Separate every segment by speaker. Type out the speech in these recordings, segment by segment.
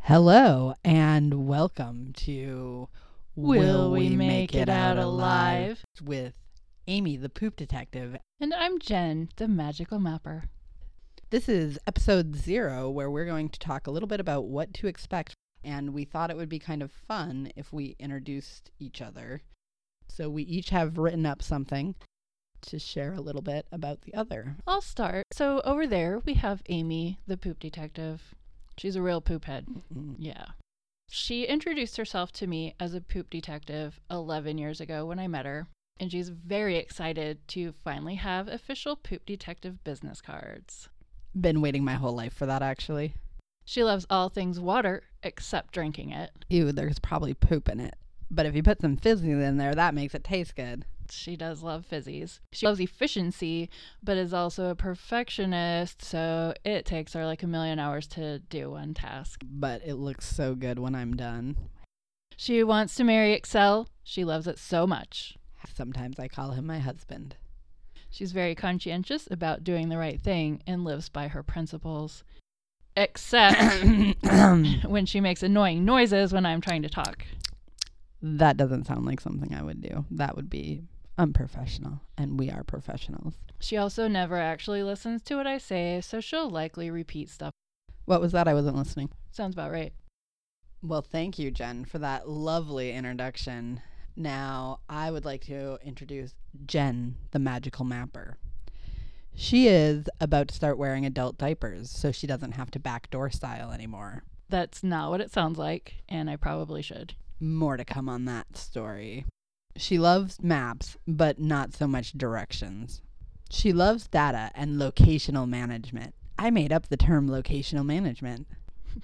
Speaker 1: Hello and welcome to
Speaker 2: Will We Make It Out Alive?
Speaker 1: with Amy the Poop Detective.
Speaker 2: And I'm Jen, the magical mapper.
Speaker 1: This is episode zero where we're going to talk a little bit about what to expect. And we thought it would be kind of fun if we introduced each other. So we each have written up something to share a little bit about the other.
Speaker 2: I'll start. So over there we have Amy, the poop detective. She's a real poop head.
Speaker 1: Mm.
Speaker 2: Yeah. She introduced herself to me as a poop detective 11 years ago when I met her, and she's very excited to finally have official poop detective business cards.
Speaker 1: Been waiting my whole life for that actually.
Speaker 2: She loves all things water except drinking it.
Speaker 1: Ew, there's probably poop in it. But if you put some fizzies in there, that makes it taste good.
Speaker 2: She does love fizzies. She loves efficiency, but is also a perfectionist, so it takes her like a million hours to do one task.
Speaker 1: But it looks so good when I'm done.
Speaker 2: She wants to marry Excel. She loves it so much.
Speaker 1: Sometimes I call him my husband.
Speaker 2: She's very conscientious about doing the right thing and lives by her principles. Except
Speaker 1: that
Speaker 2: when she makes annoying noises when I'm trying to talk.
Speaker 1: doesn't sound like something I would do. That would be unprofessional, and we are professionals.
Speaker 2: She also never actually listens to what I say, so she'll likely repeat stuff.
Speaker 1: What was that? I wasn't listening.
Speaker 2: Sounds about right.
Speaker 1: Well, thank you, Jen, for that lovely introduction. Now, I would like to introduce Jen, the magical mapper. She is about to start wearing adult diapers, so she doesn't have to backdoor style anymore.
Speaker 2: That's not what it sounds like, and I probably should.
Speaker 1: More to come on that story. She loves maps, but not so much directions. She loves data and locational management. I made up the term locational management.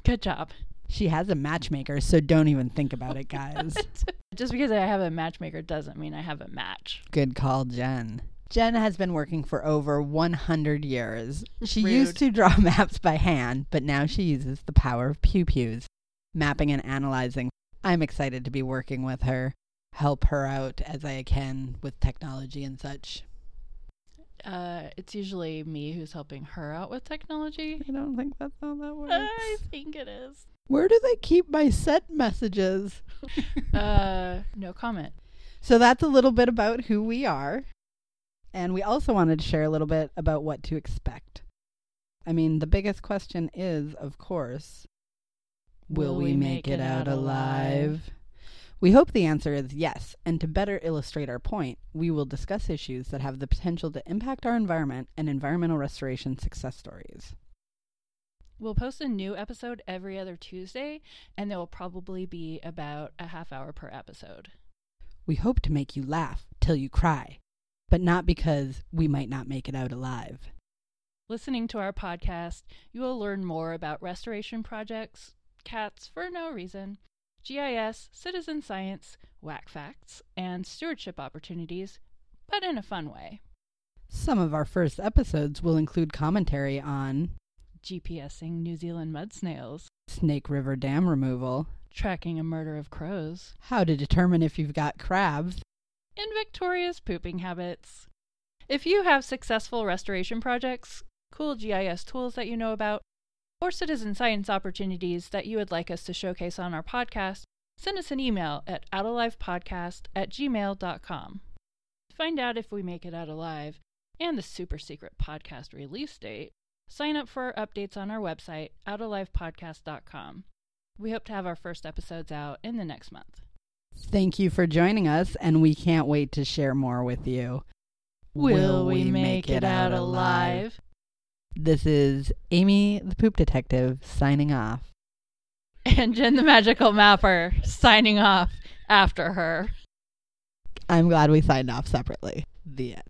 Speaker 2: Good job.
Speaker 1: She has a matchmaker, so don't even think about it, guys.
Speaker 2: Just because I have a matchmaker doesn't mean I have a match.
Speaker 1: Good call, Jen. Jen has been working for over 100 years. She
Speaker 2: Rude.
Speaker 1: used to draw maps by hand, but now she uses the power of pew pews, mapping and analyzing. I'm excited to be working with her, help her out as I can with technology and such.
Speaker 2: Uh, it's usually me who's helping her out with technology.
Speaker 1: I don't think that's how that works.
Speaker 2: I think it is.
Speaker 1: Where do they keep my set messages?
Speaker 2: Uh, no comment.
Speaker 1: So that's a little bit about who we are. And we also wanted to share a little bit about what to expect. I mean, the biggest question is, of course, will, we make, it, out alive? We hope the answer is yes. And to better illustrate our point, we will discuss issues that have the potential to impact our environment and environmental restoration success stories.
Speaker 2: We'll post a new episode every other Tuesday, and there will probably be about a half hour per episode.
Speaker 1: We hope to make you laugh till you cry, but not because we might not make it out alive.
Speaker 2: Listening to our podcast, you will learn more about restoration projects, cats for no reason, GIS, citizen science, whack facts, and stewardship opportunities, but in a fun way.
Speaker 1: Some of our first episodes will include commentary on
Speaker 2: GPSing New Zealand mud snails,
Speaker 1: Snake River dam removal,
Speaker 2: tracking a murder of crows,
Speaker 1: how to determine if you've got crabs,
Speaker 2: and Victoria's pooping habits. If you have successful restoration projects, cool GIS tools that you know about, or citizen science opportunities that you would like us to showcase on our podcast, send us an email at outalivepodcast at gmail.com. Find out if we make it out alive and the super secret podcast release date. Sign up for our updates on our website, outalivepodcast.com. We hope to have our first episodes out in the next month.
Speaker 1: Thank you for joining us, and we can't wait to share more with you. This is Amy the Poop Detective signing off.
Speaker 2: And Jen the Magical Mapper signing off after her.
Speaker 1: I'm glad we signed off separately. The end.